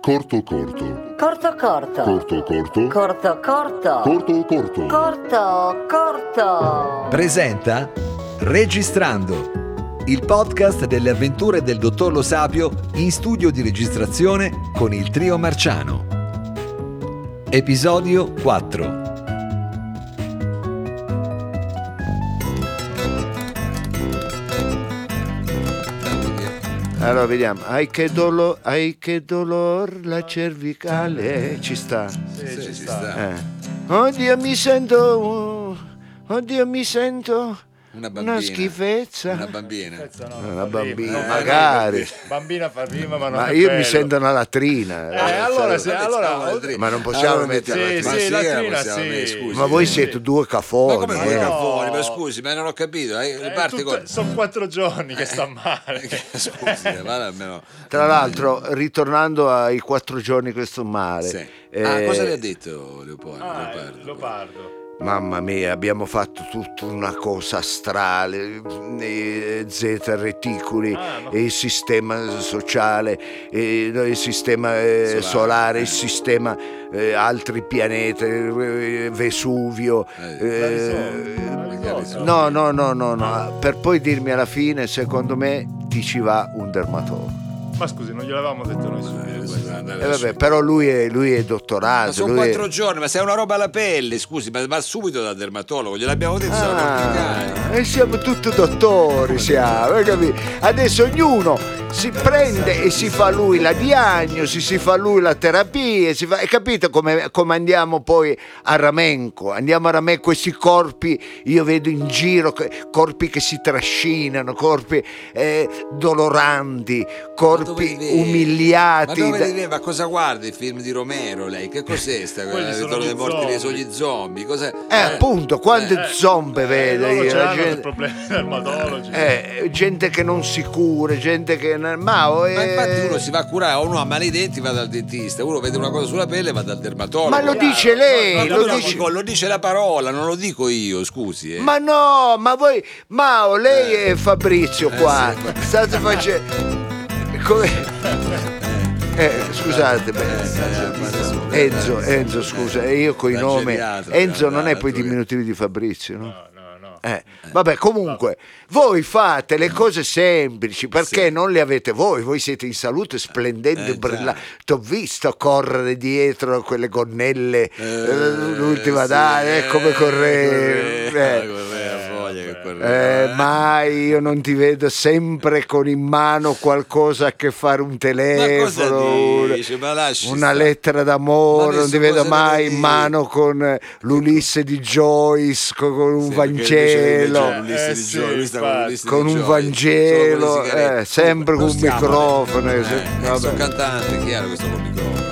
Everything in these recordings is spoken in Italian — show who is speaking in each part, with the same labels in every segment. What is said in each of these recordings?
Speaker 1: Corto corto.
Speaker 2: Corto corto.
Speaker 1: Corto corto.
Speaker 2: Corto corto.
Speaker 1: Corto corto.
Speaker 2: Corto corto.
Speaker 3: presenta Registrando, il podcast delle avventure del dottor Lo Sapio in studio di registrazione con il trio Marciano. Episodio 4.
Speaker 4: Allora vediamo, ai che, dolo- ai che dolor la cervicale ci sta. Eh. Oddio mi sento, uh, oddio mi sento
Speaker 5: Una bambina.
Speaker 4: una schifezza.
Speaker 5: Una bambina.
Speaker 4: Una bambina,
Speaker 6: Eh,
Speaker 4: magari.
Speaker 6: Bambina fa prima, ma non
Speaker 4: Ma
Speaker 6: è
Speaker 4: io
Speaker 6: bello.
Speaker 4: mi sento una latrina.
Speaker 6: Eh, allora, se-
Speaker 4: sarebbe-
Speaker 6: allora,
Speaker 4: Ma non possiamo mettere
Speaker 6: la
Speaker 5: la
Speaker 6: latrina. Sì, sì, latrina,
Speaker 5: possiamo
Speaker 6: sì.
Speaker 5: mettere, scusi.
Speaker 4: Ma voi siete due
Speaker 5: Ma
Speaker 4: cafoni.
Speaker 5: come
Speaker 4: eh.
Speaker 5: fai a
Speaker 6: no.
Speaker 5: fuori? Ma scusi, ma non ho capito. eh,
Speaker 6: Eh,
Speaker 5: Riparte
Speaker 6: tutta-
Speaker 5: con...
Speaker 6: Sono quattro giorni che sta male.
Speaker 5: Scusi, eh, vada almeno...
Speaker 4: Tra l'altro, ritornando ai quattro giorni questo mare,
Speaker 5: Sì. Ah,
Speaker 4: eh,
Speaker 5: cosa le ha detto Leopoldo?
Speaker 6: Ah,
Speaker 5: Leopardo?
Speaker 6: lo parlo.
Speaker 4: Mamma mia, abbiamo fatto tutta una cosa astrale, eh, zeta reticuli,
Speaker 6: Ah, ma-
Speaker 4: e il sistema sociale, e no, il sistema eh,
Speaker 5: Solare.
Speaker 4: solare, il sistema eh, altri pianeti, eh, Vesuvio.
Speaker 5: Eh,
Speaker 6: La
Speaker 4: eh,
Speaker 6: risolvo. La risolvo.
Speaker 4: no, no, no, no, no, per poi dirmi alla fine, secondo me ti ci va un dermatologo.
Speaker 6: Ma scusi, non gliel'avevamo detto noi subito.
Speaker 5: adesso
Speaker 6: questo.
Speaker 5: devo andare
Speaker 4: Eh, vabbè,
Speaker 5: adesso.
Speaker 4: però lui è, lui è
Speaker 5: Ma
Speaker 4: dottorato.
Speaker 5: sono
Speaker 4: lui è-
Speaker 5: quattro giorni, ma sei una roba alla pelle, scusi, ma va subito dal dermatologo, gliel'abbiamo detto, sono
Speaker 4: Ah,
Speaker 5: complicati.
Speaker 4: e siamo tutti dottori, siamo, hai capito? Adesso ognuno si prende e si fa lui la diagnosi, si fa lui la terapia, si fa- hai capito come, come andiamo poi a Ramenco? Andiamo a Ramenco, questi corpi, io vedo in giro che- corpi che si trascinano, corpi eh, doloranti,
Speaker 5: Ma dove
Speaker 4: corpi
Speaker 5: li vede?
Speaker 4: umiliati.
Speaker 5: Ma, dove
Speaker 4: da-
Speaker 5: li vede? Ma cosa guarda i film di Romero lei? Che cos'è sta
Speaker 6: Quelli
Speaker 5: quella
Speaker 6: sono
Speaker 5: ritorno
Speaker 6: gli
Speaker 5: dei morti
Speaker 6: zombie.
Speaker 5: dei sogni zombie? Cos'è?
Speaker 4: Eh, appunto, quante
Speaker 6: eh,
Speaker 4: zombe
Speaker 6: Eh,
Speaker 4: vedo
Speaker 6: loro
Speaker 4: io?
Speaker 6: ce
Speaker 4: la
Speaker 6: l'hanno il
Speaker 4: gente-
Speaker 6: problema dermatologi.
Speaker 4: Eh, gente che non si cura, gente che. Ma,
Speaker 5: Ma
Speaker 4: eh,
Speaker 5: infatti uno si va a curare, uno ha male i denti va dal dentista, uno vede una cosa sulla pelle va dal dermatologo.
Speaker 4: Ma lo
Speaker 5: Chiaro.
Speaker 4: dice lei,
Speaker 5: Ma
Speaker 4: lo
Speaker 5: allora
Speaker 4: dice-
Speaker 5: dico- lo dice la parola, non lo dico io, scusi. eh.
Speaker 4: ma no, ma voi. Mao, lei e Fabrizio
Speaker 5: Eh,
Speaker 4: qua. state facendo. Come. Eh, scusate, beh, Enzo, Enzo, scusa, eh, io coi
Speaker 5: Da
Speaker 4: nomi.
Speaker 5: geriatra,
Speaker 4: Enzo
Speaker 5: da-
Speaker 4: non è poi
Speaker 5: da-
Speaker 4: diminutivo di Fabrizio, no?
Speaker 6: No, no, no.
Speaker 4: Eh, Mm. vabbè, comunque, voi fate le cose semplici perché non le avete voi, voi siete in salute splendente,
Speaker 5: Eh,
Speaker 4: brillanti.
Speaker 5: già.
Speaker 4: Ti ho visto correre dietro a quelle gonnelle, eh, l'ultima
Speaker 5: sì,
Speaker 4: data, eh, come correre.
Speaker 5: correva,
Speaker 4: eh.
Speaker 5: correva, voglia che correva.
Speaker 4: Eh, mai io non ti vedo sempre con in mano qualcosa a che fare un telefono,
Speaker 5: cosa dici? Ma lasci
Speaker 4: una
Speaker 5: stare.
Speaker 4: lettera
Speaker 5: Ma
Speaker 4: d'amore, non
Speaker 5: adesso
Speaker 4: ti vedo
Speaker 5: cosa ne
Speaker 4: mai in
Speaker 5: dici?
Speaker 4: mano con eh, l'Ulisse di Joyce, co- con, un
Speaker 5: Sì, perché invece
Speaker 4: Vangelo.
Speaker 5: invece l'Ulisse
Speaker 6: Eh,
Speaker 5: di
Speaker 6: sì,
Speaker 5: Gioia, questa con
Speaker 6: infatti.
Speaker 5: l'Ulisse di
Speaker 4: con un
Speaker 5: Gioia, solo
Speaker 4: Vangelo,
Speaker 5: con le sigarette.
Speaker 4: eh, sempre con
Speaker 5: Non
Speaker 4: un
Speaker 5: stiamo,
Speaker 4: microfono.
Speaker 5: eh.
Speaker 4: eh,
Speaker 5: Eh,
Speaker 4: se-
Speaker 5: eh,
Speaker 4: vabbè.
Speaker 5: sono cantante, chiaro che sto col microfono.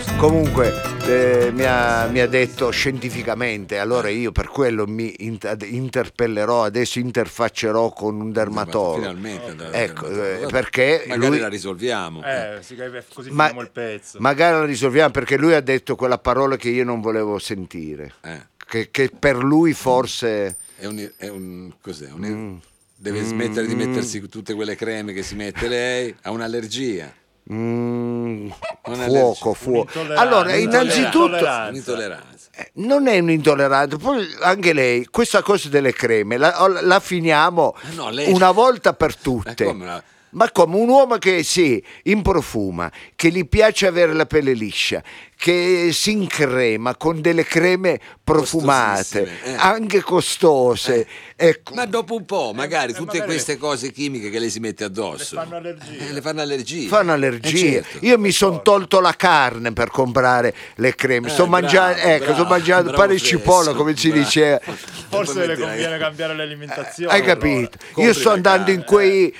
Speaker 5: Scusa.
Speaker 4: Comunque eh, mi, ha, mi ha detto scientificamente, allora io per quello mi int- interpellerò, adesso interfaccerò con un dermatologo.
Speaker 5: Finalmente andare dal
Speaker 4: Ecco,
Speaker 5: dermatologo.
Speaker 4: eh, perché
Speaker 5: magari
Speaker 4: lui-
Speaker 5: la risolviamo.
Speaker 6: Eh, sì, così
Speaker 4: Ma-
Speaker 6: finiamo il pezzo.
Speaker 4: Magari la risolviamo perché lui ha detto quella parola che io non volevo sentire,
Speaker 5: Eh,
Speaker 4: che, che per lui forse...
Speaker 5: è un, è un- cos'è? Un-
Speaker 4: Mm.
Speaker 5: Deve smettere di mettersi tutte quelle creme che si mette lei, ha un'allergia.
Speaker 4: mm,
Speaker 5: Una
Speaker 4: fuoco,
Speaker 5: legge-
Speaker 4: fuoco.
Speaker 6: un'intolleranza.
Speaker 4: Allora, innanzitutto...
Speaker 6: Un'intolleranza.
Speaker 5: Ah, Un'intolleranza.
Speaker 4: Eh, Non è un intollerante, poi anche lei, questa cosa delle creme, la, o- la finiamo
Speaker 5: Ah, no, lei-
Speaker 4: una volta per
Speaker 5: Eh,
Speaker 4: tutte.
Speaker 5: come una-
Speaker 4: Ma come un uomo che sì, improfuma, che gli piace avere la pelle liscia, che si increma con delle creme profumate,
Speaker 5: Costosissime, eh.
Speaker 4: anche costose. ecco.
Speaker 5: Ma dopo un po', magari
Speaker 6: eh,
Speaker 5: tutte
Speaker 6: magari-
Speaker 5: queste cose chimiche che lei si mette addosso
Speaker 6: Le fanno allergia.
Speaker 5: Eh, le fanno allergia.
Speaker 4: fanno
Speaker 5: Eh,
Speaker 4: allergie.
Speaker 5: certo.
Speaker 4: Io mi sono tolto la carne per comprare le creme.
Speaker 5: Eh,
Speaker 4: sto
Speaker 5: bravo,
Speaker 4: mangiando, ecco,
Speaker 5: bravo,
Speaker 4: sto mangiando
Speaker 5: bravo
Speaker 4: pane e
Speaker 5: Fresco,
Speaker 4: cipolla, come si
Speaker 5: bravo.
Speaker 4: diceva.
Speaker 6: Forse le
Speaker 5: Poi metti
Speaker 6: conviene
Speaker 5: la-
Speaker 6: cambiare l'alimentazione.
Speaker 4: Eh, Hai capito?
Speaker 5: compri eh.
Speaker 4: Io sto
Speaker 5: la
Speaker 4: andando in
Speaker 5: carne,
Speaker 4: quei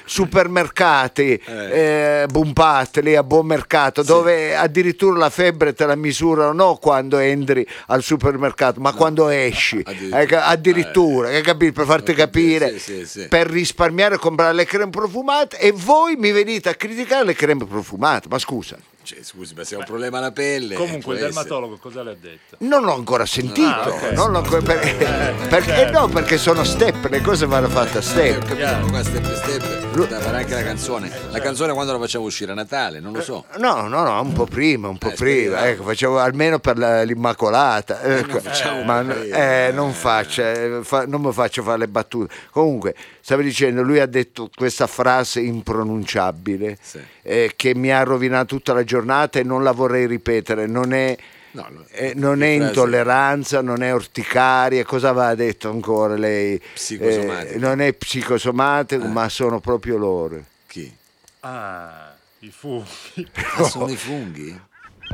Speaker 4: supermercati, eh, Bumpat, lì a buon mercato, dove addirittura la febbre te la misurano non quando entri al supermercato, ma quando esci.
Speaker 5: addirittura. Eh.
Speaker 4: Hai ca- Addirittura, hai capito? Per farti
Speaker 5: Ho capito,
Speaker 4: capire,
Speaker 5: sì, sì, sì.
Speaker 4: per risparmiare comprare le creme profumate e voi mi venite a criticare le creme profumate, ma scusa.
Speaker 5: cioè, scusi, ma se ha un problema alla pelle. eh, può
Speaker 6: Comunque, il
Speaker 5: essere.
Speaker 6: dermatologo cosa le ha detto?
Speaker 4: Non l'ho ancora sentito,
Speaker 6: Ah, ok.
Speaker 4: non l'ho ancora- per- perché
Speaker 6: certo.
Speaker 4: no, perché sono step, le cose vanno fatte a
Speaker 5: Eh, ho
Speaker 4: step.
Speaker 5: capito, ma qua step by step. Dai, fare anche la canzone.
Speaker 6: Certo.
Speaker 5: La canzone quando la facciamo uscire a Natale, non lo so.
Speaker 4: Eh, No, no, no, un po' prima, un po'
Speaker 5: Eh,
Speaker 4: prima,
Speaker 5: speriamo. Eh,
Speaker 4: ecco, facevo almeno per la- l'Immacolata, ecco,
Speaker 5: facciamo
Speaker 4: ma
Speaker 5: per
Speaker 4: n-
Speaker 5: prima.
Speaker 4: eh, non faccia, eh, fa- non mi faccio fare le battute. Comunque, stavo dicendo, lui ha detto questa frase impronunciabile
Speaker 5: Sì.
Speaker 4: eh, che mi ha rovinato tutta la giornata e non la vorrei ripetere, non è...
Speaker 5: No, no,
Speaker 4: eh, non
Speaker 5: che
Speaker 4: è
Speaker 5: frase?
Speaker 4: intolleranza, non è orticaria, cosa aveva detto ancora lei?
Speaker 5: Psicosomatico. Eh.
Speaker 4: Eh, non è psicosomatico, ma sono proprio loro.
Speaker 5: Chi?
Speaker 6: Ah, i funghi.
Speaker 4: Eh, Oh.
Speaker 5: Ah, sono i funghi?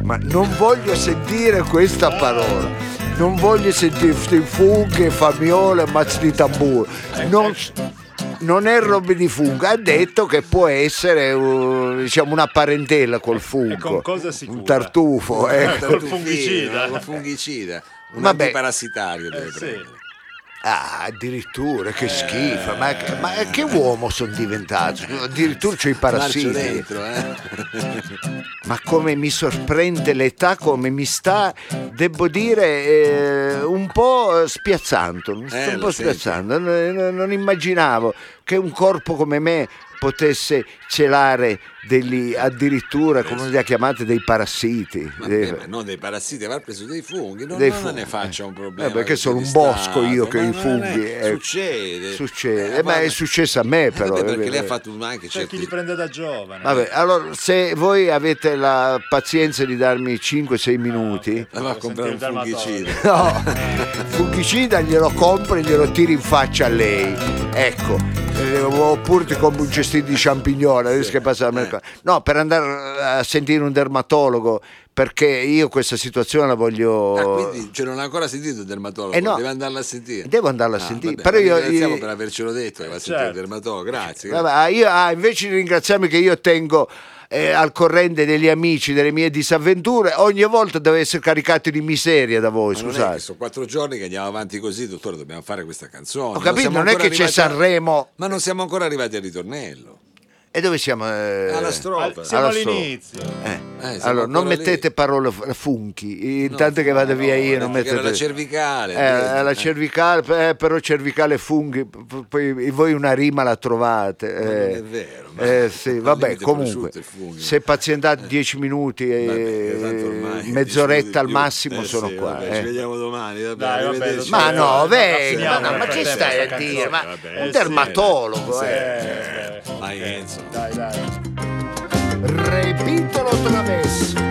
Speaker 4: Ma non voglio sentire questa parola. Non voglio sentire sti funghi, famiole, mazzi di tamburo. Non, non è roba di fungo. Ha detto che può essere eh, diciamo, una parentela col fungo.
Speaker 6: con cosa si
Speaker 4: Un
Speaker 6: cura? Ah,
Speaker 4: tartufo, ecco.
Speaker 6: Col
Speaker 5: Tartufino,
Speaker 6: fungicida.
Speaker 5: Col fungicida. Un
Speaker 4: Vabbè.
Speaker 5: parassitario deve
Speaker 6: Eh, sì.
Speaker 5: prendere.
Speaker 4: Ah, addirittura,
Speaker 6: Eh.
Speaker 4: che schifo. Ma, ma che uomo sono diventato? Addirittura c'ho i
Speaker 5: Marcio
Speaker 4: parassiti.
Speaker 5: dentro, eh.
Speaker 4: Ma come mi sorprende l'età, come mi sta, devo dire, eh, un po' spiazzando. Mi sta
Speaker 5: Eh,
Speaker 4: un
Speaker 5: lo
Speaker 4: po'
Speaker 5: senti.
Speaker 4: spiazzando. Non, non- non immaginavo che un corpo come me potesse celare degli, addirittura, come li ha chiamati, dei parassiti.
Speaker 5: Ma
Speaker 4: Eh,
Speaker 5: beh, ma non dei parassiti, avrà preso dei funghi, non,
Speaker 4: Dei
Speaker 5: non
Speaker 4: funghi.
Speaker 5: ne faccia un problema.
Speaker 4: Eh, perché
Speaker 5: che
Speaker 4: sono
Speaker 5: c'è
Speaker 4: un
Speaker 5: di
Speaker 4: bosco
Speaker 5: stato,
Speaker 4: io che
Speaker 5: ma
Speaker 4: i
Speaker 5: non è-
Speaker 4: funghi, eh.
Speaker 5: Succede.
Speaker 4: Succede, eh, ma è
Speaker 5: vabbè.
Speaker 4: successo a me,
Speaker 5: Eh,
Speaker 4: però,
Speaker 5: vabbè,
Speaker 4: eh,
Speaker 5: perché lei
Speaker 4: eh.
Speaker 5: ha fatto anche
Speaker 6: C'è chi
Speaker 5: certi...
Speaker 6: li prende da giovane.
Speaker 4: Vabbè, allora se voi avete la pazienza di darmi 5-6 minuti,
Speaker 5: Ma va a
Speaker 6: Devo
Speaker 5: comprare un
Speaker 6: sentire il
Speaker 5: fungicida.
Speaker 4: no, fungicida glielo compri e glielo tiri in faccia a lei, ecco, eh, oppure ti compri un cestino di champignon, adesso che passa al
Speaker 5: Eh.
Speaker 4: mercato. No, per andare a sentire un dermatologo, perché io questa situazione la voglio...
Speaker 5: Ah, quindi cioè, non ha ancora sentito il dermatologo,
Speaker 4: Eh, no.
Speaker 5: deve andarla a sentire.
Speaker 4: Devo andarla a
Speaker 5: Ah,
Speaker 4: sentire,
Speaker 5: vabbè,
Speaker 4: però
Speaker 5: la
Speaker 4: io-
Speaker 5: ringraziamo
Speaker 4: io-
Speaker 5: per avercelo detto, che va a sentire
Speaker 6: Certo.
Speaker 5: il dermatologo, grazie.
Speaker 4: Vabbè, ah, io- ah, invece di ringraziarmi che io tengo eh, al corrente degli amici, delle mie disavventure, ogni volta devo essere caricato di miseria da voi,
Speaker 5: Ma non è
Speaker 4: scusate.
Speaker 5: che sono quattro giorni che andiamo avanti così, dottore, dobbiamo fare questa canzone.
Speaker 4: Ho capito,
Speaker 5: siamo
Speaker 4: non è
Speaker 5: ancora
Speaker 4: che c'è
Speaker 5: arrivati a-
Speaker 4: Sanremo
Speaker 5: Ma non siamo ancora arrivati al ritornello.
Speaker 4: e dove siamo? eh?
Speaker 5: Alla
Speaker 6: Al-
Speaker 5: strofa.
Speaker 6: siamo
Speaker 4: Allora,
Speaker 6: all'inizio.
Speaker 4: Eh,
Speaker 5: Eh, siamo
Speaker 4: allora, non
Speaker 5: ancora
Speaker 4: mettete
Speaker 5: lì.
Speaker 4: parole f- funky,
Speaker 5: No, eh,
Speaker 4: intanto che vado via
Speaker 5: no,
Speaker 4: io
Speaker 5: ho
Speaker 4: non
Speaker 5: detto che
Speaker 4: mettete...
Speaker 5: era la cervicale,
Speaker 4: Eh,
Speaker 5: ha detto.
Speaker 4: la
Speaker 5: Eh.
Speaker 4: cervicale, eh, però cervicale funghi, p- p- poi voi una rima la trovate.
Speaker 5: non
Speaker 4: eh.
Speaker 5: è vero, ma-
Speaker 4: Eh, sì,
Speaker 5: al
Speaker 4: vabbè,
Speaker 5: limite
Speaker 4: comunque,
Speaker 5: prosciutto e funghi.
Speaker 4: se pazientate 10 minuti, eh,
Speaker 5: Vabbè, tanto ormai dieci
Speaker 4: mezz'oretta
Speaker 5: minuti
Speaker 4: al
Speaker 5: di più.
Speaker 4: massimo
Speaker 5: Eh,
Speaker 4: sono
Speaker 5: sì,
Speaker 4: qua.
Speaker 5: vabbè,
Speaker 4: eh.
Speaker 5: Ci vediamo domani. Vabbè,
Speaker 6: Dai, vabbè,
Speaker 5: arrivederci.
Speaker 4: Ma
Speaker 6: Eh,
Speaker 4: no,
Speaker 6: vabbè,
Speaker 4: vedi,
Speaker 6: finiamo,
Speaker 4: ma, no, ma
Speaker 6: eh,
Speaker 4: che
Speaker 6: vabbè,
Speaker 4: stai a
Speaker 6: vabbè,
Speaker 4: dire? Ma
Speaker 6: vabbè,
Speaker 4: un
Speaker 6: sì,
Speaker 4: dermatologo, eh.
Speaker 6: Eh,
Speaker 5: Ma Enzo.
Speaker 6: dai, dai.
Speaker 4: Repitolo traverso.